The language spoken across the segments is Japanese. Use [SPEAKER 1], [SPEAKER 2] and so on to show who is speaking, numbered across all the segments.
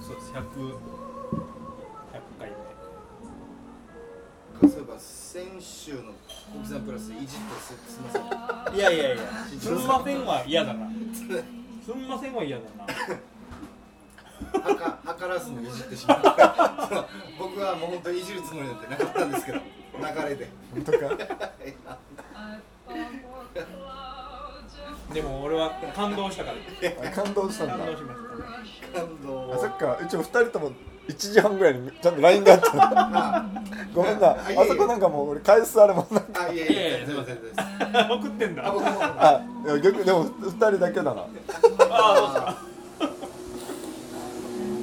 [SPEAKER 1] そうです100 100回
[SPEAKER 2] そういえば先週の国産プラスでいじってすすみません
[SPEAKER 1] 目いやいやいやすんませんは嫌だなすんませんは嫌だな
[SPEAKER 2] はかはからずもいじってしまったそう僕はもう本当にいじるつもりなんてなかったんですけど流れで
[SPEAKER 3] 本当か
[SPEAKER 1] でも俺は感動したから
[SPEAKER 3] あ感動したんだ
[SPEAKER 1] 感動しました
[SPEAKER 2] 感動
[SPEAKER 3] あそっかうちも2人とも1時半ぐらいにちゃんと LINE があった の
[SPEAKER 2] あ
[SPEAKER 3] ごめんなあ
[SPEAKER 2] あいえいえ
[SPEAKER 3] そこなんかもう俺返すあれもなんか
[SPEAKER 2] あいやいやいやすいませんです
[SPEAKER 1] 送ってんだ
[SPEAKER 2] あ
[SPEAKER 1] あ
[SPEAKER 2] 僕もあ
[SPEAKER 3] あいや逆にでも2人だけだな
[SPEAKER 1] あどう
[SPEAKER 2] あ
[SPEAKER 1] した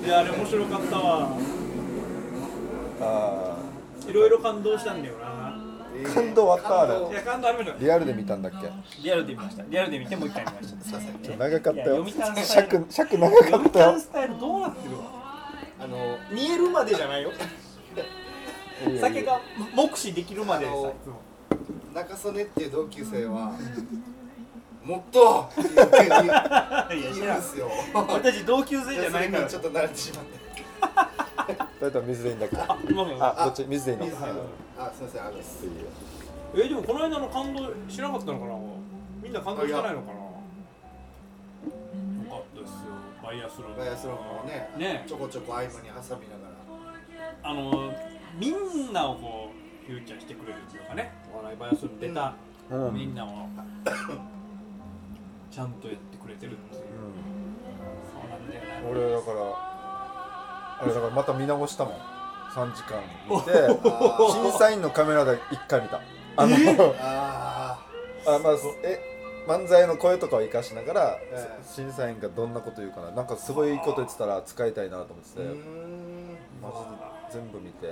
[SPEAKER 1] いやあれ面白かったわ
[SPEAKER 3] あ
[SPEAKER 1] いろいろ感動したんだよな
[SPEAKER 2] えー
[SPEAKER 3] 感動終わったあ
[SPEAKER 2] 感
[SPEAKER 3] れ
[SPEAKER 2] 動
[SPEAKER 1] いや感動ありました
[SPEAKER 3] ーリアルで見たんだっけ
[SPEAKER 1] リアルで見ましたリアルで見てもう一回見ましたすいません
[SPEAKER 3] ちょっと長かったよ
[SPEAKER 1] いや読谷スタイル
[SPEAKER 3] 尺尺長か
[SPEAKER 1] 読
[SPEAKER 3] ったよ
[SPEAKER 1] 谷スタイルどうなってるわ
[SPEAKER 2] あの
[SPEAKER 1] 見えるまでじゃないよ酒が目視できるまでさ
[SPEAKER 2] あの
[SPEAKER 1] いつも
[SPEAKER 2] 中曽根っていう同級生はもっとっていうふうに
[SPEAKER 1] いや知
[SPEAKER 2] 言う
[SPEAKER 1] ら
[SPEAKER 2] ん
[SPEAKER 1] ん
[SPEAKER 2] ですよ
[SPEAKER 1] 俺たち同級生じゃない
[SPEAKER 2] でそ
[SPEAKER 1] から
[SPEAKER 2] れにちょっと慣れてしまって
[SPEAKER 3] 2人とも水でいいんだっけ
[SPEAKER 1] あすいません
[SPEAKER 3] あどっち水でいいの
[SPEAKER 2] 水あすいませんあれです
[SPEAKER 1] えでもこの間の感動しなかったのかなみんな感動してないのかなよかったですよバイアスロン
[SPEAKER 2] ガイアスロンもね
[SPEAKER 1] ね
[SPEAKER 2] ちょこちょこ合間に挟みながら
[SPEAKER 1] あのみんなをこうフューチャーしてくれるっていうかねお笑いバイアスロン出た、
[SPEAKER 3] うんうん
[SPEAKER 1] みんなをちゃんとやってくれてるっていう、そうなんだよね
[SPEAKER 3] 俺だからあれだからまた見直したもん3時間見て
[SPEAKER 2] あー
[SPEAKER 3] 審査員のカメラで1回見たあの
[SPEAKER 2] あ
[SPEAKER 3] あまあえ漫才の声とかを生かしながら、
[SPEAKER 2] ええ
[SPEAKER 3] 審査員がどんなこと言うかななんかすごいいいこと言ってたら使いたいなと思って
[SPEAKER 2] ー
[SPEAKER 3] て
[SPEAKER 2] うーん
[SPEAKER 3] マジで全部見て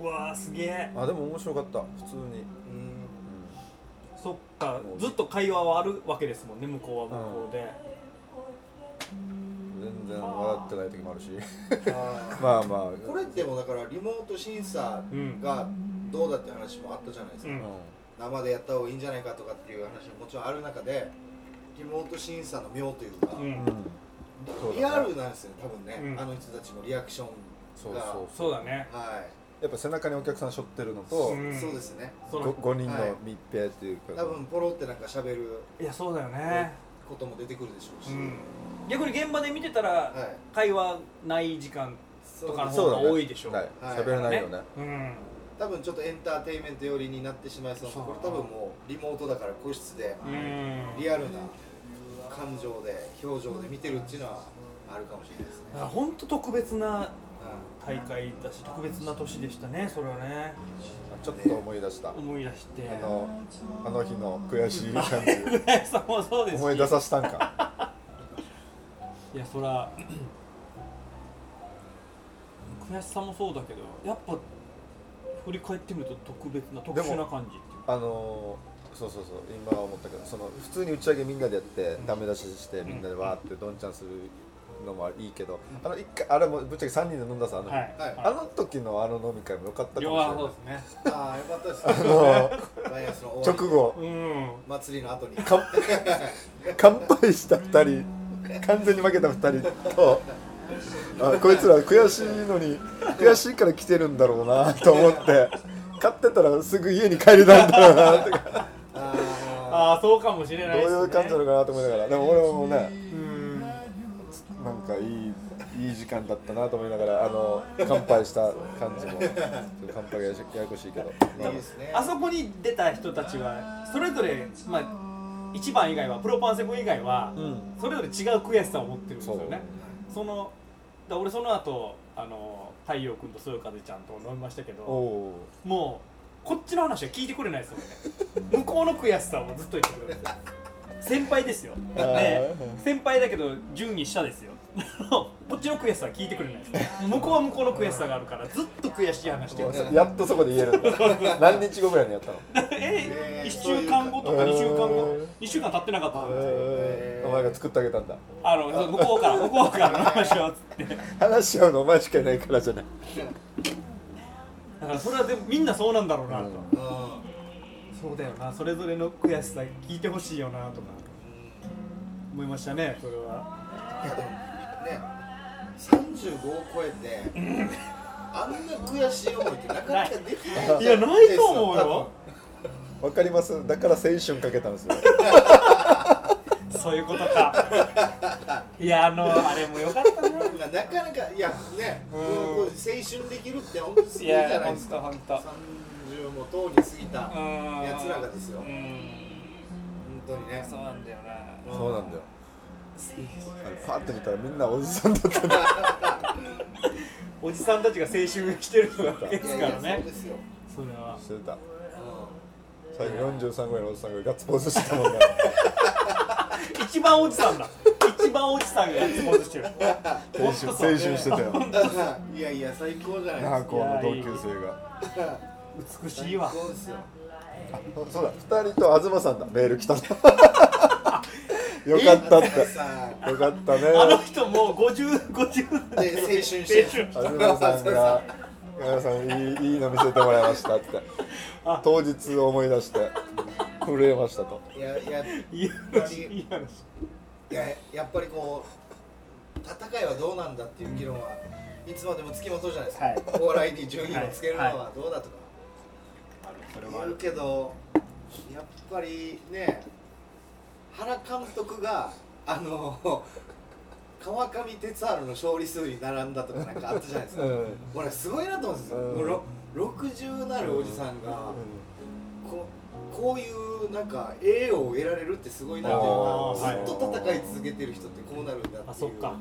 [SPEAKER 1] うわーすげえ
[SPEAKER 3] あでも面白かった普通に、
[SPEAKER 2] うーん
[SPEAKER 1] そっかずっと会話はあるわけですもんね向こうは向こうで、
[SPEAKER 3] うん、全然笑ってない時もあるし
[SPEAKER 2] あ
[SPEAKER 3] まあまあ
[SPEAKER 2] ーこれでもだからリモート審査
[SPEAKER 1] うん
[SPEAKER 2] がどうだって話もあったじゃないですか、
[SPEAKER 1] うん
[SPEAKER 3] う
[SPEAKER 2] 生でやった方がいいんじゃないかとかっていう話ももちろんある中でリモート審査の妙というか、
[SPEAKER 1] うん
[SPEAKER 3] ん、うん、そう
[SPEAKER 2] リ
[SPEAKER 3] だ
[SPEAKER 2] ア
[SPEAKER 3] ね
[SPEAKER 2] ルなんですよね多分ね、
[SPEAKER 1] うん
[SPEAKER 2] あの人たちのリアクションが
[SPEAKER 3] そうそう
[SPEAKER 1] そうだね
[SPEAKER 2] は
[SPEAKER 3] やっぱ背中にお客さん背負ってるのと、
[SPEAKER 1] うん
[SPEAKER 2] い、そうですね
[SPEAKER 1] そ
[SPEAKER 3] ご
[SPEAKER 1] の
[SPEAKER 3] 五5人
[SPEAKER 2] はい
[SPEAKER 3] の密閉っていうか、
[SPEAKER 2] 多分ポロってなんか喋る
[SPEAKER 1] いやそうだよね、
[SPEAKER 2] ことも出てくるでしょうし、
[SPEAKER 1] うん、逆に現場で見てたら、
[SPEAKER 2] はい
[SPEAKER 1] 会話ない時間
[SPEAKER 2] そ
[SPEAKER 1] と
[SPEAKER 2] う
[SPEAKER 1] かの
[SPEAKER 2] です
[SPEAKER 1] 方
[SPEAKER 3] そうだ
[SPEAKER 1] が
[SPEAKER 3] ね
[SPEAKER 1] 多いでしょ
[SPEAKER 3] はい
[SPEAKER 2] はい
[SPEAKER 3] 喋れないよね
[SPEAKER 1] うん
[SPEAKER 2] 多分ちょっとエンターテインメント寄りになってしまいそうなところ多分もうリモートだから個室で
[SPEAKER 1] うん
[SPEAKER 2] リアルな感情で表情で見てるっていうのはあるかもしれないですね、
[SPEAKER 1] あ本当特別な
[SPEAKER 2] う
[SPEAKER 1] 大会だし特別な年でしたねそれはね
[SPEAKER 3] ちょっと思い出した、
[SPEAKER 1] 思い出して
[SPEAKER 3] あのあの日の悔しい感
[SPEAKER 1] 浦安さんも そうで
[SPEAKER 3] じ
[SPEAKER 1] すし
[SPEAKER 3] 思い出させたんか
[SPEAKER 1] いやそら 悔しさもそうだけどやっぱ振り返ってみると特別な特殊な感じっていうか
[SPEAKER 3] あのーそうそうそう今思ったけどその普通に打ち上げみんなでやってダメ出ししてみんなでわーってどんちゃんするのもいいけどあの一回あれもぶっちゃけ3人で飲んださあの日、
[SPEAKER 1] はい、
[SPEAKER 2] はい
[SPEAKER 3] あの時のあの飲み会も良かったかもしれ
[SPEAKER 1] 両
[SPEAKER 3] ない
[SPEAKER 1] 方そうですね
[SPEAKER 2] んああよかったですね
[SPEAKER 3] あ
[SPEAKER 2] ダイアスの
[SPEAKER 3] の
[SPEAKER 2] 終わり
[SPEAKER 3] 直後
[SPEAKER 1] うん
[SPEAKER 2] 祭りの後に
[SPEAKER 3] 乾 乾杯した2人完全に負けた2人とあこいつら悔しいのに悔しいから来てるんだろうなと思って勝ってたらすぐ家に帰りたいんだろうなって
[SPEAKER 2] あ
[SPEAKER 1] ああそうかもしれ
[SPEAKER 3] ど
[SPEAKER 1] な
[SPEAKER 3] う
[SPEAKER 1] いですね
[SPEAKER 3] いう感じなのかなと思いながらでも俺もね
[SPEAKER 1] うん
[SPEAKER 3] なんかいいいい時間だったなと思いながらあの乾杯した感 じもちょっと乾杯がやややこしいけど、
[SPEAKER 2] あいいですね
[SPEAKER 1] あそこに出た人たちはそれぞれ、まあ、1番以外はプロパンセブン以外は、
[SPEAKER 3] うん
[SPEAKER 1] それぞれ違う悔しさを持ってるんですよ
[SPEAKER 3] そう
[SPEAKER 1] ねそのだ俺その後あの太陽君とそよ風ちゃんと飲みましたけ
[SPEAKER 3] お
[SPEAKER 1] ど
[SPEAKER 3] お
[SPEAKER 1] もうこっちの話は聞いてくれないですよね向こうの悔しさをずっと言ってくれるんですよ先輩ですよ、
[SPEAKER 3] あー
[SPEAKER 1] ね、先輩だけど順位下ですよこっちの悔しさは聞いてくれないです向こうは向こうの悔しさがあるからずっと悔しい話してるんですよ
[SPEAKER 3] やっとそこで言えるん だ何日後ぐらいにやったの
[SPEAKER 2] ね
[SPEAKER 1] え1週間後とか
[SPEAKER 3] えー
[SPEAKER 1] 2週間後2週間経ってなかったんですよ
[SPEAKER 3] えーお前が作ってあげたんだ
[SPEAKER 1] あのそう向こうから向こうからの話をつってだ
[SPEAKER 3] 話し合うのお前しかいないからじゃない
[SPEAKER 1] からそれはでもみんなそうなんだろうなと、
[SPEAKER 2] うんうん
[SPEAKER 1] そうだよなそれぞれの悔しさ聞いてほしいよなとか思いましたねそれは
[SPEAKER 2] ね35を超えてあんな悔しい思いってなかなかできない
[SPEAKER 1] いやないと思うよ
[SPEAKER 3] わかりますだから青春かけたんですよ
[SPEAKER 1] そういうことか いやあのあれもよかったな
[SPEAKER 2] 多分なかなかいやね、
[SPEAKER 1] うん
[SPEAKER 2] もう青春できるって本当にすごい
[SPEAKER 1] い
[SPEAKER 2] じゃ
[SPEAKER 1] や
[SPEAKER 2] ない
[SPEAKER 1] 本
[SPEAKER 2] です
[SPEAKER 1] 当
[SPEAKER 2] か
[SPEAKER 1] 本当
[SPEAKER 2] 30もとうに過ぎた本やつらがですよ
[SPEAKER 1] うん
[SPEAKER 2] 当にね
[SPEAKER 1] そうなんだよな
[SPEAKER 3] そうなんだよあのパッて見たらみんなおじさんだった
[SPEAKER 1] おじさんたちが青春してるわけです
[SPEAKER 2] い
[SPEAKER 1] か
[SPEAKER 2] やい
[SPEAKER 1] ら
[SPEAKER 2] やそう
[SPEAKER 1] ね
[SPEAKER 2] ですよ、
[SPEAKER 1] それは
[SPEAKER 3] してた
[SPEAKER 2] う
[SPEAKER 3] 最後43ぐらいのおじさんがガッツポーズしてたもんね
[SPEAKER 1] 一番おじさんだ一番おじさんがやつもしてる
[SPEAKER 3] 青春青春し てたよ
[SPEAKER 2] ん、いやいや最高じゃない
[SPEAKER 3] 那
[SPEAKER 2] です
[SPEAKER 3] 覇
[SPEAKER 2] か
[SPEAKER 3] 校の同級生が
[SPEAKER 1] 美しいわ
[SPEAKER 2] 最高ですよ
[SPEAKER 3] あそうだ2人と東さんだメール 来たのよかったって
[SPEAKER 2] 東さん
[SPEAKER 3] よかったね
[SPEAKER 1] あの人もう5050 50
[SPEAKER 2] で青春して
[SPEAKER 1] 青春
[SPEAKER 3] 東さんが「皆さんいいいいの見せてもらいました」って
[SPEAKER 1] あ
[SPEAKER 3] 当日思い出して震えましたと
[SPEAKER 2] いやいや
[SPEAKER 1] いい話いい話
[SPEAKER 2] いややっぱりこう戦いはどうなんだっていう議論はいつまでもつきまとうじゃないですか、
[SPEAKER 1] はい
[SPEAKER 2] お笑いに順位をつけるのはどうだとか
[SPEAKER 1] それ
[SPEAKER 2] 言えるけどやっぱりね原監督があの川上哲治の勝利数に並んだとかなんかあったじゃないですか、
[SPEAKER 3] うん
[SPEAKER 2] 俺すごいなと思うんですよ、
[SPEAKER 3] うん
[SPEAKER 2] もうろ60なるおじさんが、ここういうなんか栄誉を得られるってすごいなっていうの
[SPEAKER 1] あ
[SPEAKER 2] がず
[SPEAKER 1] ー
[SPEAKER 2] っと戦い続けてる人ってこうなるんだ
[SPEAKER 1] あ
[SPEAKER 2] ってい
[SPEAKER 1] そっ
[SPEAKER 2] う
[SPEAKER 1] か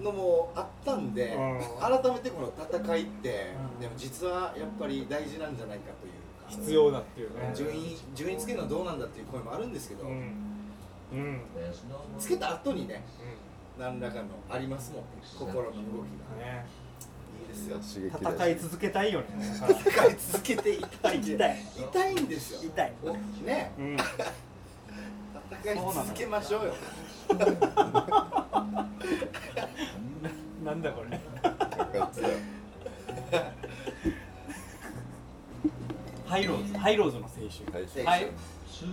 [SPEAKER 2] のもあったんで
[SPEAKER 1] うん
[SPEAKER 2] 改めてこの戦いって
[SPEAKER 1] うん
[SPEAKER 2] でも実はやっぱり大事なんじゃないかというか
[SPEAKER 1] 必要だっていうね
[SPEAKER 2] 順位順位つけるのはどうなんだっていう声もあるんですけど、
[SPEAKER 1] うんうん
[SPEAKER 2] つけた後にね何らかのありますもん心の動きが
[SPEAKER 1] うんね
[SPEAKER 2] いいですよ
[SPEAKER 3] 刺激だ
[SPEAKER 1] 戦い
[SPEAKER 3] し
[SPEAKER 1] 続けたいよね
[SPEAKER 2] 戦い続けて痛いんで
[SPEAKER 1] 痛い
[SPEAKER 2] 痛いんですよ
[SPEAKER 1] 痛い
[SPEAKER 2] おね
[SPEAKER 1] うん
[SPEAKER 2] 戦い続けましょうよ
[SPEAKER 1] なんだこれ
[SPEAKER 3] よかったよ
[SPEAKER 1] ハイローズハイローズの青
[SPEAKER 3] はい
[SPEAKER 1] 春はい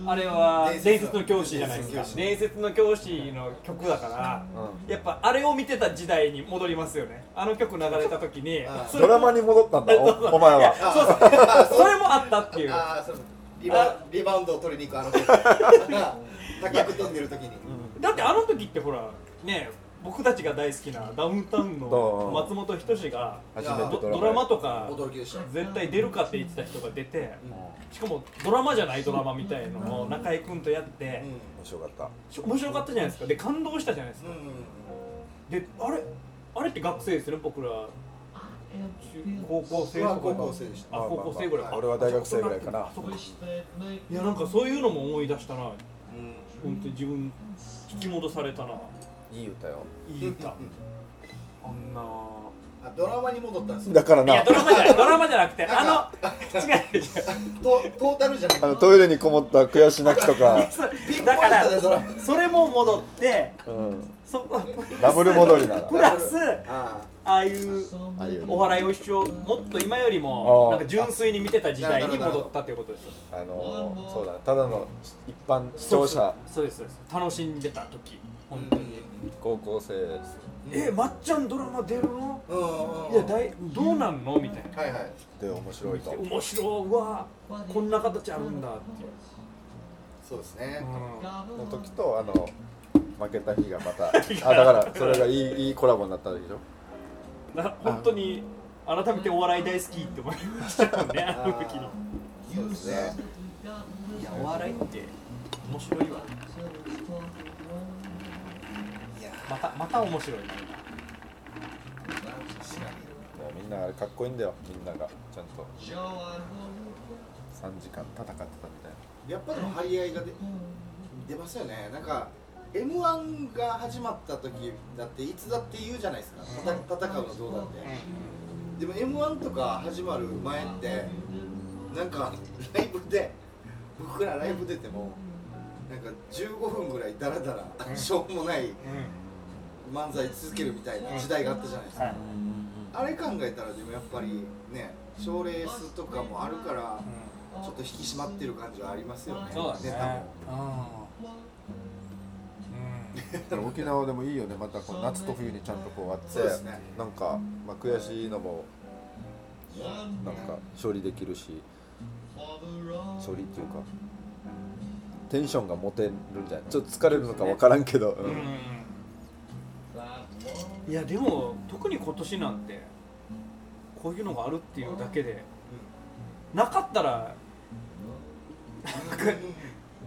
[SPEAKER 1] あれは伝説の教師じゃないですか伝
[SPEAKER 2] 伝
[SPEAKER 1] 説の教師の曲だから
[SPEAKER 3] う
[SPEAKER 1] やっぱあれを見てた時代に戻りますよねあの曲流れた時に
[SPEAKER 2] あー
[SPEAKER 1] そ
[SPEAKER 3] ん
[SPEAKER 1] れ
[SPEAKER 3] ドラマに戻ったんだお お前
[SPEAKER 1] いや
[SPEAKER 3] は
[SPEAKER 1] そう そうそれもあったっていう
[SPEAKER 2] ああそうリバリバウンドを取りに行くあ の時高く飛んでる時に
[SPEAKER 1] だってあの時ってほらね僕たちが大好きなダウンタウンの松本人志が
[SPEAKER 3] 初
[SPEAKER 2] うん
[SPEAKER 3] め
[SPEAKER 1] ド
[SPEAKER 3] てドラマ
[SPEAKER 1] ドラマとか
[SPEAKER 2] 驚きでした
[SPEAKER 1] 絶対出るかって言ってた人が出て
[SPEAKER 2] うんうん
[SPEAKER 1] しかもドラマじゃないドラマみたいのを中居君とやって
[SPEAKER 3] 面白かった
[SPEAKER 1] 面白かったじゃないですかで感動したじゃないですかであれあれって学生ですね僕ら中高校生
[SPEAKER 2] 僕
[SPEAKER 1] とか
[SPEAKER 2] は高校生でした
[SPEAKER 1] あ高校生ぐらいか
[SPEAKER 3] 俺は大学生ぐらいかな
[SPEAKER 1] そっかいやなんかそういうのも思い出した
[SPEAKER 2] う
[SPEAKER 1] な
[SPEAKER 2] ん
[SPEAKER 1] 本当に自分引き戻されたない
[SPEAKER 3] い歌よ
[SPEAKER 1] いい歌あんな
[SPEAKER 2] あドラマに戻ったんです
[SPEAKER 3] だ
[SPEAKER 2] よ
[SPEAKER 3] から
[SPEAKER 1] いや
[SPEAKER 3] な
[SPEAKER 1] ドラマじゃないドラマじゃなくてあの違う違う
[SPEAKER 2] トトータルじゃなく
[SPEAKER 3] あのトイレにこもった悔し泣きとか、
[SPEAKER 1] そうだから
[SPEAKER 2] ピンポイントでドラ
[SPEAKER 1] それも戻って
[SPEAKER 3] うん、
[SPEAKER 1] そこ
[SPEAKER 3] ダブル戻りな
[SPEAKER 1] プ
[SPEAKER 3] ら
[SPEAKER 1] ラス
[SPEAKER 2] あ
[SPEAKER 1] ああいう
[SPEAKER 3] ああいう
[SPEAKER 1] お笑いを一応もっと今よりもな
[SPEAKER 3] あー
[SPEAKER 1] んか純粋に見てた時代に戻ったということですよ
[SPEAKER 3] あのーそうだただの一般視聴者
[SPEAKER 1] そうですそうです楽しんでた時
[SPEAKER 2] あう
[SPEAKER 1] 本
[SPEAKER 2] ん
[SPEAKER 1] 当に
[SPEAKER 3] 高校生
[SPEAKER 1] えまっちゃんドラマ出るの
[SPEAKER 2] うんうん
[SPEAKER 1] いやだいどうなんのみたいな
[SPEAKER 2] はいはい
[SPEAKER 3] で面白いと
[SPEAKER 1] 面白いうわこんな形あるんだっていう
[SPEAKER 2] そうですね
[SPEAKER 3] の時とあの負けた日がまたあだからそれがいいいいコラボになったでしょ
[SPEAKER 1] な本当に改めてお笑い大好きって思いましたもんねあの時に
[SPEAKER 2] そうですね
[SPEAKER 1] いやお笑いって面白いわ
[SPEAKER 2] いや
[SPEAKER 1] またまた面白いな
[SPEAKER 2] 確か
[SPEAKER 3] もうみんなあれかっこいいんだよみんながちゃんと3時間戦ってたみたいな
[SPEAKER 2] にやっぱでも張り合いが出出ますよねなんか m 1が始まった時だっていつだって言うじゃないですかたた戦うのどうだって、でも m 1とか始まる前ってなんかライブで僕らライブ出てもなんか15分ぐらいダラダラしょうもない漫才続けるみたいな時代があったじゃないですか、あれ考えたらでもやっぱりね賞レースとかもあるからちょっと引き締まってる感じはありますよね
[SPEAKER 1] そうだ
[SPEAKER 2] ネタ
[SPEAKER 1] ね
[SPEAKER 2] も
[SPEAKER 1] うんうん
[SPEAKER 3] 沖縄でもいいよねまたこう夏と冬にちゃんとこうあって
[SPEAKER 2] そうですね
[SPEAKER 3] なんか、まあ、悔しいのもなんか勝利できるし勝利っていうかテンションが持てるんじゃないちょっと疲れるのか分からんけど、うん
[SPEAKER 1] いやでも特に今年なんてこういうのがあるっていうだけで、なかったらなんか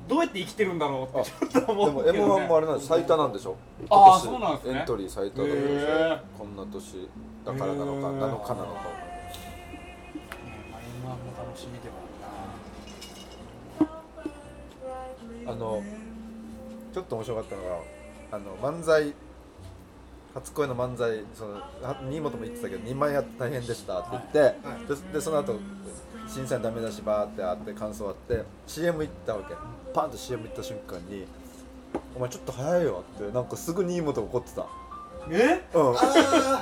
[SPEAKER 1] どうやって生きてるんだろうってちょっと
[SPEAKER 3] で
[SPEAKER 1] 思
[SPEAKER 3] も
[SPEAKER 1] うけ
[SPEAKER 3] m
[SPEAKER 1] ど、ね、
[SPEAKER 3] 1もあれなんで最多なんでしょ
[SPEAKER 1] あー
[SPEAKER 3] 今
[SPEAKER 1] そうなんですね
[SPEAKER 3] エントリー最多だったでしょ、
[SPEAKER 1] へ
[SPEAKER 3] こんな年だから
[SPEAKER 1] へー
[SPEAKER 3] なのかなのかなのか
[SPEAKER 1] 今も楽しみでは
[SPEAKER 3] あのちょっと面白かったのがあの漫才初恋の漫才そのは新本も言ってたけど2枚やって大変でしたって言って、
[SPEAKER 2] はい
[SPEAKER 3] ででその後審査にダメ出しバーってあって感想あって CM 行ったわけパンと CM 行った瞬間に「お前ちょっと早いよ」ってなんかすぐ新本が怒ってた
[SPEAKER 1] あるなえ
[SPEAKER 3] うん
[SPEAKER 2] あ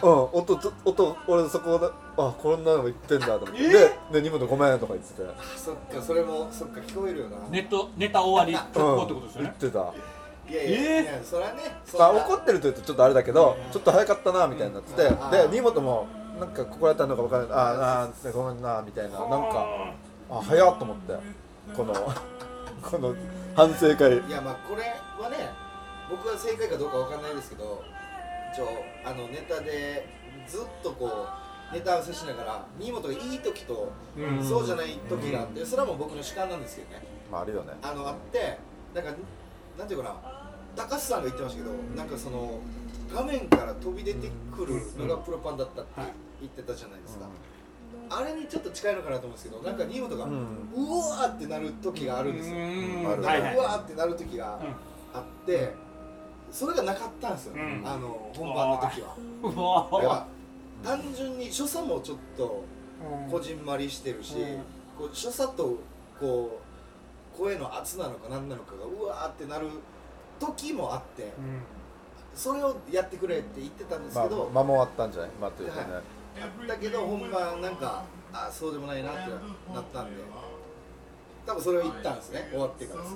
[SPEAKER 3] うん、音と音俺そこであこんなのも言ってんだと思って、
[SPEAKER 1] え
[SPEAKER 3] でで荷物ごめんとか言ってて、うん、
[SPEAKER 2] ーそっかそれもそっか聞こえるよな、
[SPEAKER 1] ネットネタ終わり直後ってことですよ
[SPEAKER 3] 言っ
[SPEAKER 1] ね、
[SPEAKER 3] てた、
[SPEAKER 2] いやいや、
[SPEAKER 1] えー
[SPEAKER 2] いやそれはねそん
[SPEAKER 3] ま
[SPEAKER 2] な
[SPEAKER 3] あ、怒ってると言うとちょっとあれだけどちょっと早かったなみたいになってて、
[SPEAKER 2] うんあー
[SPEAKER 3] で荷物もなんかここら辺のか分からないあーあーごめんなみたいななんかあ早っと思ってこのこの反省会
[SPEAKER 2] いやまあこれはね僕は正解かどうかわかんないですけど一応あのネタでずっとこうネタ合わせしながら新本がいい時と
[SPEAKER 1] うん
[SPEAKER 2] そうじゃない時があってそれはもう僕の主観なんですけどね
[SPEAKER 3] まああるよね
[SPEAKER 2] あのあってなんかなんていうかな高橋さんが言ってましたけどなんかその画面から飛び出てくるのがプロパンだったって言ってたじゃないですか、あれにちょっと近いのかなと思うんですけどなんか新本が、う
[SPEAKER 3] うん
[SPEAKER 2] おーってなる時があるんですよ、
[SPEAKER 1] うん
[SPEAKER 3] あ
[SPEAKER 2] う
[SPEAKER 3] る
[SPEAKER 1] はいはいう
[SPEAKER 2] わーってなる時があって、それがなかったんですよ、
[SPEAKER 1] うん
[SPEAKER 2] あの本番の時は。
[SPEAKER 1] うわ
[SPEAKER 2] だから単純に所作もちょっとこじんまりしてるし、
[SPEAKER 1] うん
[SPEAKER 2] こう所作とこう声の圧なのか何なのかがうわーってなる時もあって、
[SPEAKER 1] うん
[SPEAKER 2] それをやってくれって言ってたんですけ
[SPEAKER 3] まあ
[SPEAKER 2] ど、
[SPEAKER 3] 間もあったんじゃないまあというかね、
[SPEAKER 2] はだけど本番なんかあそうでもないなってなったんで多分それを言ったんですね終わってからです、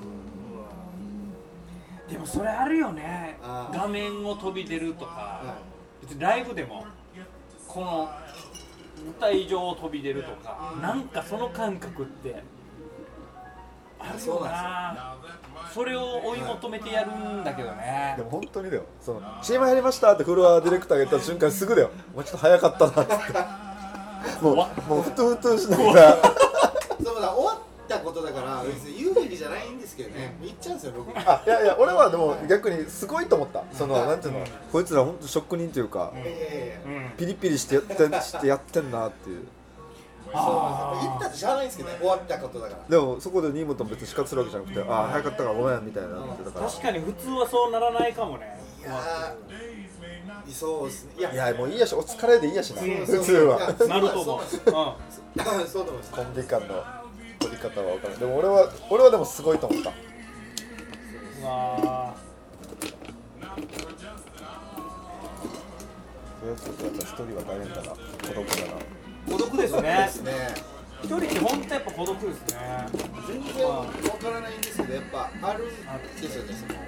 [SPEAKER 1] でもそれあるよね
[SPEAKER 2] あー
[SPEAKER 1] 画面を飛び出るとか
[SPEAKER 2] は
[SPEAKER 1] 別にライブでもこの舞台上を飛び出るとかなんかその感覚ってある
[SPEAKER 2] そ
[SPEAKER 1] よ
[SPEAKER 2] う
[SPEAKER 1] なそれを追い求めてやるんだけどね
[SPEAKER 3] でも本当にだよその「チーム入りました」ってフロアディレクターが言った瞬間すぐだよ「お前ちょっと早かったな」っつってもう
[SPEAKER 1] 怖っ
[SPEAKER 3] もうふとふとしながら
[SPEAKER 2] い、そうだ終わったことだから別に言うべきじゃないんですけどね言っちゃうんですよ僕も
[SPEAKER 3] あいやいや俺はでも逆にすごいと思ったそのなんていうのこいつら本当職人というか
[SPEAKER 2] いやいやいや
[SPEAKER 1] うん
[SPEAKER 3] ピリピリしてやってしてやってんなっていう
[SPEAKER 2] そうなんですよ言ったってしゃあないんですけどね終わったことだから
[SPEAKER 3] でもそこで新本も別に死活するわけじゃなくてああ早かったからごめんみたいななってたから
[SPEAKER 1] 確かに普通はそうならないかもね
[SPEAKER 2] いやーそうですねいや
[SPEAKER 3] いやもういいやしお疲れでいいやしな普通は
[SPEAKER 1] なると思
[SPEAKER 2] そ
[SPEAKER 1] う
[SPEAKER 2] うそうそうと思います
[SPEAKER 3] コンビ間の取り方は分からないでも俺は俺はでもすごいと思った
[SPEAKER 1] んうわ
[SPEAKER 3] それはちょっとやっぱ一人は大変だな孤独だな
[SPEAKER 1] ー孤独です
[SPEAKER 2] そう
[SPEAKER 1] ね
[SPEAKER 2] ですね
[SPEAKER 1] 一人って本当やっぱ孤独ですね
[SPEAKER 2] 全然わからないんですけどやっぱあるんですよねその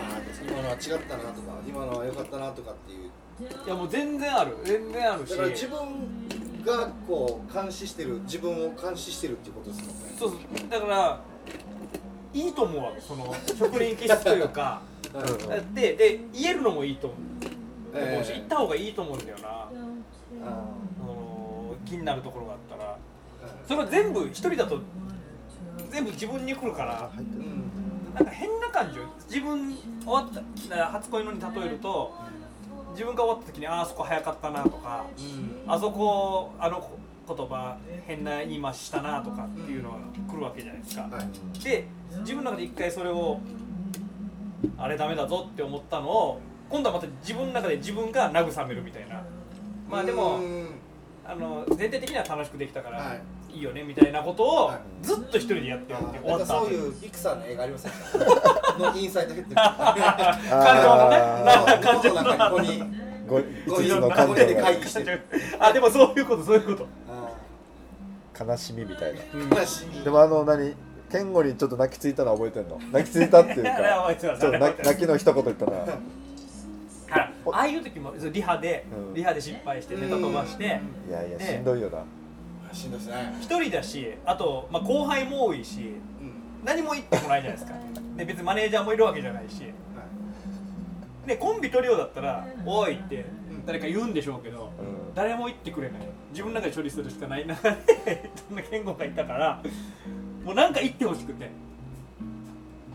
[SPEAKER 2] あー今のは違ったなとか今のは良かったなとかっていう
[SPEAKER 1] いやもう全然ある全然あるし
[SPEAKER 2] だから自分がこう監視してる自分を監視してるっていうことですもんね
[SPEAKER 1] そうそうだからいいと思うわその職人気質という か
[SPEAKER 2] うん
[SPEAKER 1] でで言えるのもいいと思う、
[SPEAKER 2] え
[SPEAKER 1] もう言った方がいいと思うんだよ
[SPEAKER 2] ー
[SPEAKER 1] な、
[SPEAKER 2] あ
[SPEAKER 1] あのー気になるところがあったら
[SPEAKER 2] ー
[SPEAKER 1] それは全部一人だと全部自分に来るから
[SPEAKER 2] うん
[SPEAKER 1] なんか変な感じよ自分終わった初恋のに例えると自分が終わった時にああそこ早かったなとか
[SPEAKER 2] うん
[SPEAKER 1] あそこあの言葉変な言い回ししたなとかっていうのが来るわけじゃないですか、
[SPEAKER 2] はい
[SPEAKER 1] で自分の中で一回それをあれダメだぞって思ったのを今度はまた自分の中で自分が慰めるみたいなまあでも
[SPEAKER 2] うん
[SPEAKER 1] あの全体的には楽しくできたから
[SPEAKER 2] はい
[SPEAKER 1] いよねみたいなことを
[SPEAKER 2] はい
[SPEAKER 1] ずっと一人でやってるって
[SPEAKER 2] あーな
[SPEAKER 1] 終
[SPEAKER 2] んか
[SPEAKER 1] わった
[SPEAKER 2] そ
[SPEAKER 1] 後
[SPEAKER 2] う
[SPEAKER 1] に
[SPEAKER 2] いうピクサーの映画ありま せんかのインサイド ヘッドみたいな
[SPEAKER 3] あー
[SPEAKER 2] 感情のね、ここに。
[SPEAKER 3] ご
[SPEAKER 2] ご
[SPEAKER 3] 5
[SPEAKER 2] い
[SPEAKER 3] つ
[SPEAKER 2] ろん
[SPEAKER 3] の
[SPEAKER 2] な
[SPEAKER 3] 感
[SPEAKER 2] こ
[SPEAKER 3] 情
[SPEAKER 2] とで
[SPEAKER 3] が
[SPEAKER 2] 会議してる。
[SPEAKER 1] あでもそういうことそういうこと
[SPEAKER 2] あ
[SPEAKER 3] 悲しみみたいな
[SPEAKER 2] ー悲しみ。
[SPEAKER 3] でもあの何健吾にちょっと泣きついたのは覚えてんの泣きついたってい う
[SPEAKER 1] あれは
[SPEAKER 3] か
[SPEAKER 1] 覚えてます
[SPEAKER 3] ちょっと泣き泣きの一言言っ たな
[SPEAKER 1] あああいう時もそうリハで、
[SPEAKER 3] うん
[SPEAKER 1] リハで失敗してネタ飛ばして
[SPEAKER 3] いやいや
[SPEAKER 1] ね
[SPEAKER 3] しんどいよな
[SPEAKER 2] しんどいですね
[SPEAKER 1] 一人だしあと、まあ、後輩も多いし
[SPEAKER 2] うん
[SPEAKER 1] 何も言ってこないじゃないですかで別にマネージャーもいるわけじゃないし
[SPEAKER 2] はい
[SPEAKER 1] でコンビトリオだったら「おい」って誰か言うんでしょうけど、
[SPEAKER 3] うん
[SPEAKER 1] 誰も言ってくれない自分の中で処理するしかない 中でそんな健吾がいたからもうなんか言ってほしくて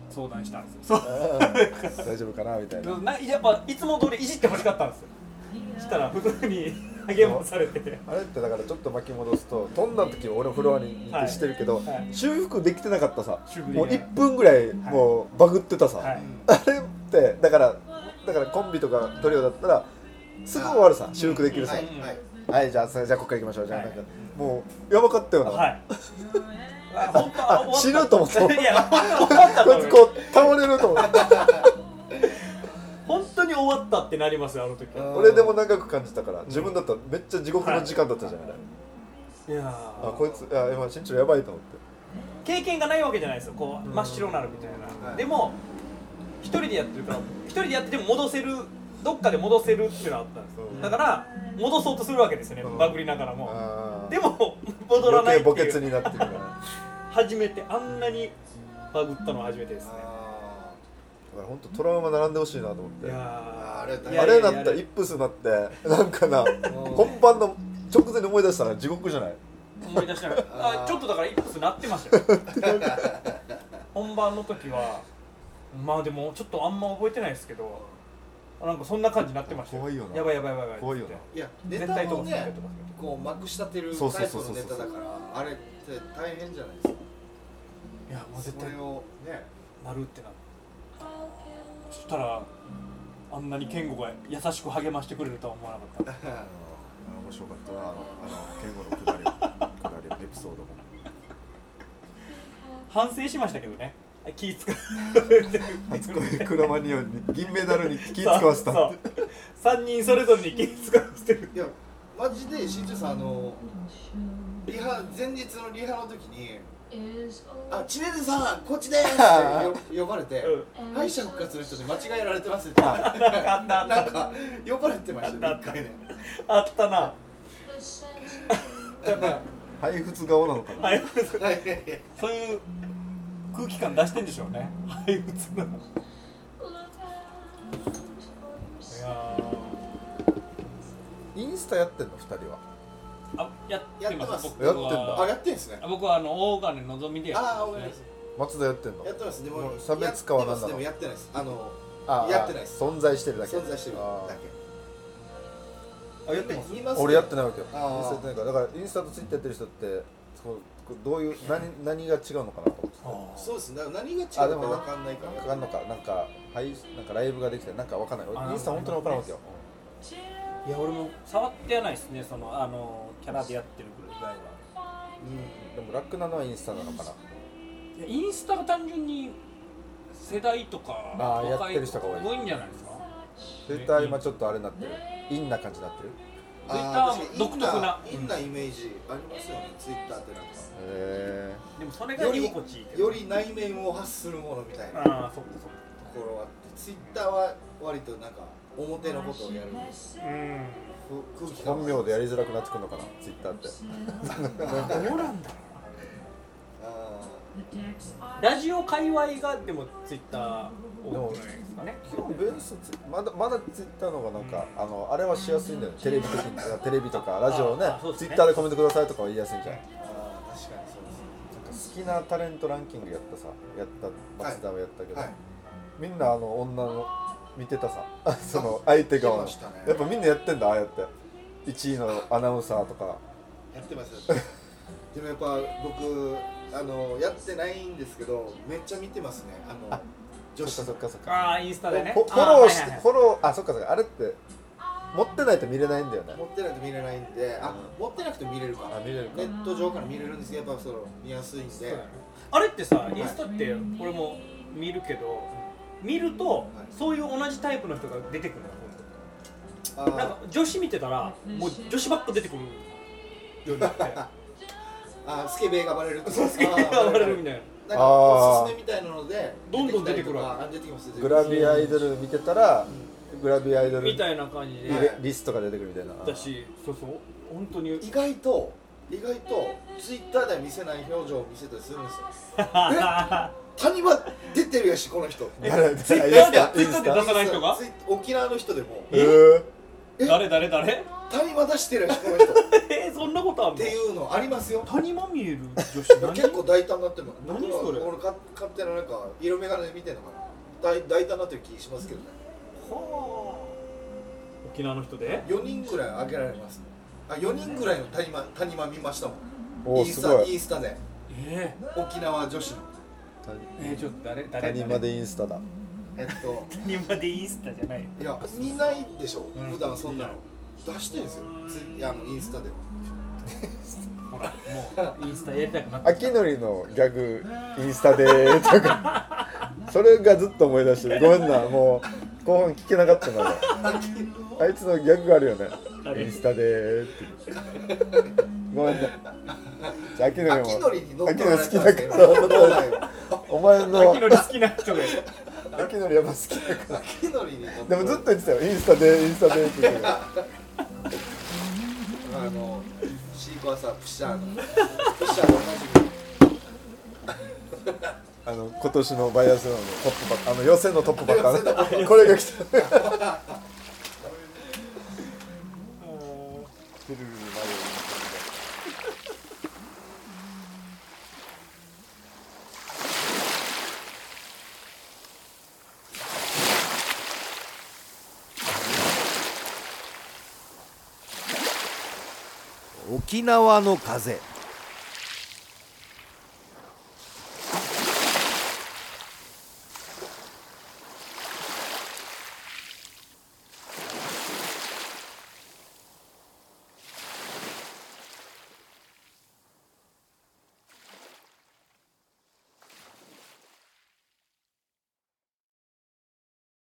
[SPEAKER 1] 相談したんですよ
[SPEAKER 3] 大丈夫かなみたいな
[SPEAKER 1] そうなやっぱいつも通りいじってほしかったんですよそしたら普通に 励まされてて
[SPEAKER 3] あれってだからちょっと巻き戻すと飛んだ時は俺もフロアに行っ
[SPEAKER 1] はい
[SPEAKER 3] てしてるけど、
[SPEAKER 1] はい
[SPEAKER 3] 修復できてなかったさ
[SPEAKER 1] 修復でき
[SPEAKER 3] もう
[SPEAKER 1] ない
[SPEAKER 3] 1分ぐらいもうバグってたさ、
[SPEAKER 1] はい
[SPEAKER 3] あれってだからだからコンビとかトリオだったらすぐ終わるさ修復できるさ、
[SPEAKER 2] は
[SPEAKER 3] はいい、
[SPEAKER 2] はい
[SPEAKER 3] じゃあそれじゃあここから行きましょうじゃあ
[SPEAKER 1] はい
[SPEAKER 3] なんか、もうやばかったよな、
[SPEAKER 1] はいあ本当は終わった
[SPEAKER 3] 死ぬと思った
[SPEAKER 1] いや本当は終わったと
[SPEAKER 3] こ
[SPEAKER 1] 思
[SPEAKER 3] い
[SPEAKER 1] い
[SPEAKER 3] つ
[SPEAKER 1] ます
[SPEAKER 3] こう倒れると思って
[SPEAKER 1] 本当に終わったってなりますよあの時は
[SPEAKER 3] 俺でも長く感じたから自分だったらめっちゃ地獄の時間だったじゃな
[SPEAKER 1] い
[SPEAKER 3] い、
[SPEAKER 1] や
[SPEAKER 3] あ
[SPEAKER 1] ー
[SPEAKER 3] こいつあ今身長やばいと思って
[SPEAKER 1] 経験がないわけじゃないですよこう真っ白になるみたいな、
[SPEAKER 2] はい
[SPEAKER 1] でも一人でやってるから一人でやってても戻せるどっかで戻せるっていうのはあったんですよ、
[SPEAKER 3] うん
[SPEAKER 1] だから戻そうとするわけですよね、
[SPEAKER 3] うん
[SPEAKER 1] バグりながらも、
[SPEAKER 3] あー
[SPEAKER 1] でも戻らないって
[SPEAKER 3] 余計
[SPEAKER 1] い
[SPEAKER 3] 墓穴
[SPEAKER 1] う
[SPEAKER 3] になってるから
[SPEAKER 1] 初めてあんなにバグったのは初めてですね
[SPEAKER 2] あ
[SPEAKER 3] だから本当トラウマ並んでほしいなと思って
[SPEAKER 1] いや
[SPEAKER 3] あ
[SPEAKER 1] ー
[SPEAKER 2] あれだ
[SPEAKER 1] いやいや
[SPEAKER 3] れ
[SPEAKER 1] いや
[SPEAKER 3] なったらイップスなってなんかな
[SPEAKER 2] ー
[SPEAKER 3] 本番の直前に思い出したら地獄じゃない
[SPEAKER 1] 思い出したら
[SPEAKER 2] あー
[SPEAKER 1] あちょっとだから一発なってま したよ本番の時はまあでもちょっとあんま覚えてないですけどあなんかそんな感じになってましたよ
[SPEAKER 3] 怖いよな
[SPEAKER 1] やばいやばいやばいやば
[SPEAKER 3] 怖いよな
[SPEAKER 1] って
[SPEAKER 2] いやネ
[SPEAKER 1] 絶
[SPEAKER 2] タ
[SPEAKER 1] 対飛
[SPEAKER 2] も
[SPEAKER 1] ばす絶対
[SPEAKER 2] ね
[SPEAKER 1] 飛ばす
[SPEAKER 2] こうまくしたてる
[SPEAKER 3] そう
[SPEAKER 2] タ
[SPEAKER 3] そう
[SPEAKER 2] イプ
[SPEAKER 3] そうそ
[SPEAKER 2] の
[SPEAKER 3] う
[SPEAKER 2] ネタだからあれって大変じゃないですか
[SPEAKER 1] いやもう絶
[SPEAKER 2] そ
[SPEAKER 1] 対
[SPEAKER 2] れをね
[SPEAKER 1] なるってなそしたらあんなに健吾が優しく励ましてくれるとは思わなかった
[SPEAKER 3] 面白かったなあの健吾のくだりくだりエピソードも
[SPEAKER 1] 反省しましたけどね気ぃ使う
[SPEAKER 3] 初恋クロマニオンに銀メダルに気使わせた
[SPEAKER 1] そ
[SPEAKER 3] って
[SPEAKER 1] うそう3人それぞれに気ぃ使わせてる
[SPEAKER 2] いやマジで新庄さんあのリハ前日のリハの時に「あ知念さんこっちです!」ってよ呼ばれて
[SPEAKER 1] う
[SPEAKER 2] 敗者復活の人に間違えられてますってなん
[SPEAKER 1] あったあった
[SPEAKER 2] か呼ばれてましたね一回ね
[SPEAKER 1] あったな
[SPEAKER 3] 配布顔なのかな
[SPEAKER 1] はい
[SPEAKER 2] はいはい
[SPEAKER 1] そういう空気感出してんでしょうねはい普通のいや
[SPEAKER 3] インスタやってんの二人は
[SPEAKER 1] ーあや
[SPEAKER 2] やっ
[SPEAKER 1] って
[SPEAKER 2] て
[SPEAKER 1] ま
[SPEAKER 2] ますす
[SPEAKER 1] 僕
[SPEAKER 3] や
[SPEAKER 1] は
[SPEAKER 3] ってんだ
[SPEAKER 2] あやってんですね
[SPEAKER 1] あ僕はあの大金のぞみでやって
[SPEAKER 2] ああわ
[SPEAKER 1] ます
[SPEAKER 2] か
[SPEAKER 1] ね
[SPEAKER 2] ります
[SPEAKER 3] 松田やってんの
[SPEAKER 2] やってますで
[SPEAKER 3] も
[SPEAKER 2] も
[SPEAKER 3] う差別化は何なの
[SPEAKER 2] やってますでもやってないですあの
[SPEAKER 3] ああ
[SPEAKER 2] やってないです
[SPEAKER 3] 存在してるだけ
[SPEAKER 2] 存在してる
[SPEAKER 3] あ
[SPEAKER 2] だ
[SPEAKER 3] ー
[SPEAKER 2] け
[SPEAKER 1] あやってます
[SPEAKER 2] 見ます
[SPEAKER 3] 俺やってないわけよインス
[SPEAKER 2] あー
[SPEAKER 3] タやってないからだからインスタとツイッターやってる人ってこうこうどういう何何が違うのかなと思って
[SPEAKER 1] あ
[SPEAKER 2] そうですねだから何が違う
[SPEAKER 3] あ
[SPEAKER 2] か
[SPEAKER 3] でも
[SPEAKER 2] わかんないから
[SPEAKER 3] 分かんのかなんか配なんかライブができたりなんかわかんない
[SPEAKER 1] あ
[SPEAKER 3] 俺インスタ本当にわからんわけよ
[SPEAKER 1] ーいや俺も触ってはないですねそのあのキャラでやってるぐらいは
[SPEAKER 3] でも楽なのはインスタなのかない
[SPEAKER 1] やインスタが単純に世代とか
[SPEAKER 3] あー
[SPEAKER 1] 若
[SPEAKER 3] やってる人が多い
[SPEAKER 1] 多いんじゃないですか
[SPEAKER 3] ツイッター今ちょっとあれになってるインな感じになってる
[SPEAKER 1] ツイッター
[SPEAKER 2] あ
[SPEAKER 1] も
[SPEAKER 2] 確かに
[SPEAKER 1] 独特な
[SPEAKER 2] インなインなイメージありますよねツイッターってなんか
[SPEAKER 3] へ
[SPEAKER 1] でもそれが
[SPEAKER 2] よ
[SPEAKER 1] 居
[SPEAKER 2] り
[SPEAKER 1] 心地いいけど
[SPEAKER 2] より内面を発するものみたいなと
[SPEAKER 1] ああそっかそっか
[SPEAKER 2] ころはあってツイッターは割となんか表のことをやる
[SPEAKER 1] うん
[SPEAKER 2] ふ空気
[SPEAKER 3] え
[SPEAKER 2] 感
[SPEAKER 3] 本名でやりづらくなってくるのかなツイッターって
[SPEAKER 1] どうなんだろ
[SPEAKER 2] あ
[SPEAKER 1] うラジオ界隈がでもツイッター多くないですかね
[SPEAKER 3] 基本ベースツイまだまだツイッターの方がなんか、あのあれはしやすいんだよねテレビ的にあテレビとかラジオね
[SPEAKER 1] ああそうです
[SPEAKER 3] ツ
[SPEAKER 1] ね
[SPEAKER 3] イッターでコメントくださいとかは言いやすいんじゃない
[SPEAKER 1] うん
[SPEAKER 2] ーあー確かにそうですね
[SPEAKER 3] 好きなタレントランキングやったさやった松田はやったけど、
[SPEAKER 2] はい
[SPEAKER 3] みんなあの女の見てたさ その相手側の
[SPEAKER 2] 見てましたね
[SPEAKER 3] やっぱみんなやってんだああやって1位のアナウンサーとか
[SPEAKER 2] やってますよ でもやっぱ僕あのやってないんですけどめっちゃ見てますねあの女子
[SPEAKER 3] そっかそっかそっか
[SPEAKER 1] ああインスタでね
[SPEAKER 3] フォフォロー
[SPEAKER 1] あ
[SPEAKER 3] して、
[SPEAKER 1] はいはい
[SPEAKER 3] フォローあそっかそっかあれって持ってないと見れないんだよね
[SPEAKER 2] 持ってないと見れないんであ持ってなくても見れるか
[SPEAKER 3] あ見れるか
[SPEAKER 2] ネット上から見れるんですけどやっぱその見やすいんで、
[SPEAKER 1] はいあれってさインスタって俺も見るけど見ると
[SPEAKER 2] い
[SPEAKER 1] そういう同じタイプの人が出てくるの
[SPEAKER 2] あ
[SPEAKER 1] な
[SPEAKER 2] ー
[SPEAKER 1] んか女子見てたらもう女子ばっか出てくるようになって
[SPEAKER 2] あースケベがバレると
[SPEAKER 1] そうすげえ暴れるみたい
[SPEAKER 2] な
[SPEAKER 1] な
[SPEAKER 2] んかおすすめみたいなので
[SPEAKER 1] どんどん出てくる
[SPEAKER 2] わ出てきます出てきます
[SPEAKER 3] グラビアアイドル見てたらグラビアアイドル
[SPEAKER 1] みたいな感じで
[SPEAKER 3] リレリストが出てくるみたいな
[SPEAKER 1] だ しそうそう本当に
[SPEAKER 2] 意外と意外とツイッターでは見せない表情を見せたりするん ですよ谷間出てるやしこの人
[SPEAKER 1] え
[SPEAKER 3] 誰
[SPEAKER 1] ツイッター
[SPEAKER 3] い
[SPEAKER 1] でツイッターで
[SPEAKER 3] いですかいい
[SPEAKER 1] 出
[SPEAKER 3] ですか
[SPEAKER 1] さない人が
[SPEAKER 2] ツイ沖縄の人でも
[SPEAKER 3] えー
[SPEAKER 2] え
[SPEAKER 1] 誰誰誰
[SPEAKER 2] 谷間出してるやしこの人っ
[SPEAKER 1] えそんなことある
[SPEAKER 2] ていうのありますよ
[SPEAKER 1] 谷間見える女子何
[SPEAKER 2] 結構大胆になってるの
[SPEAKER 1] 何それ
[SPEAKER 2] 俺か勝手ななんか色眼鏡で見てるのかな大大胆になってる気しますけどね
[SPEAKER 1] はあ沖縄の人で
[SPEAKER 2] 4人ぐらい挙げられますあ4人ぐらいの谷間谷間見ましたもん
[SPEAKER 3] お
[SPEAKER 2] イ
[SPEAKER 3] お
[SPEAKER 2] ン
[SPEAKER 3] す
[SPEAKER 2] スタ
[SPEAKER 3] ご
[SPEAKER 2] イ
[SPEAKER 3] い
[SPEAKER 2] ンスタで
[SPEAKER 1] え
[SPEAKER 2] 沖縄女子の
[SPEAKER 1] ー、えー、ちょっと誰誰誰
[SPEAKER 3] 谷間でインスタだ
[SPEAKER 2] えっと
[SPEAKER 1] 谷間でインスタじゃないよ
[SPEAKER 2] いや見ないでしょ、
[SPEAKER 1] うん
[SPEAKER 2] 普段そんなの出してるんですよついやあのインスタでは
[SPEAKER 1] ほらもうインスタやりたくなって
[SPEAKER 3] 秋のりのギャグインスタでとか それがずっと思い出してるごめんなもう後半聞けなかったな俺あいつのギャグがあるよね
[SPEAKER 1] 誰
[SPEAKER 3] インスタでってごめんなじゃあ秋のりも
[SPEAKER 2] 秋のりに乗って
[SPEAKER 3] 秋のり好きだか ら
[SPEAKER 2] 乗られたんですよ
[SPEAKER 3] お前の
[SPEAKER 1] 秋のり好きな人がいる
[SPEAKER 3] 秋のりやっぱ好きだから
[SPEAKER 2] 秋のりに乗って
[SPEAKER 3] でもずっと言ってたよインスタでインスタでって言ってたよ
[SPEAKER 2] あのシークワーサープッシャーの プッシャーの同じ
[SPEAKER 3] あの今年のバイアスロンのトップバッターあの予選のトップバッターねこれが 来たてるるる
[SPEAKER 2] 沖縄の風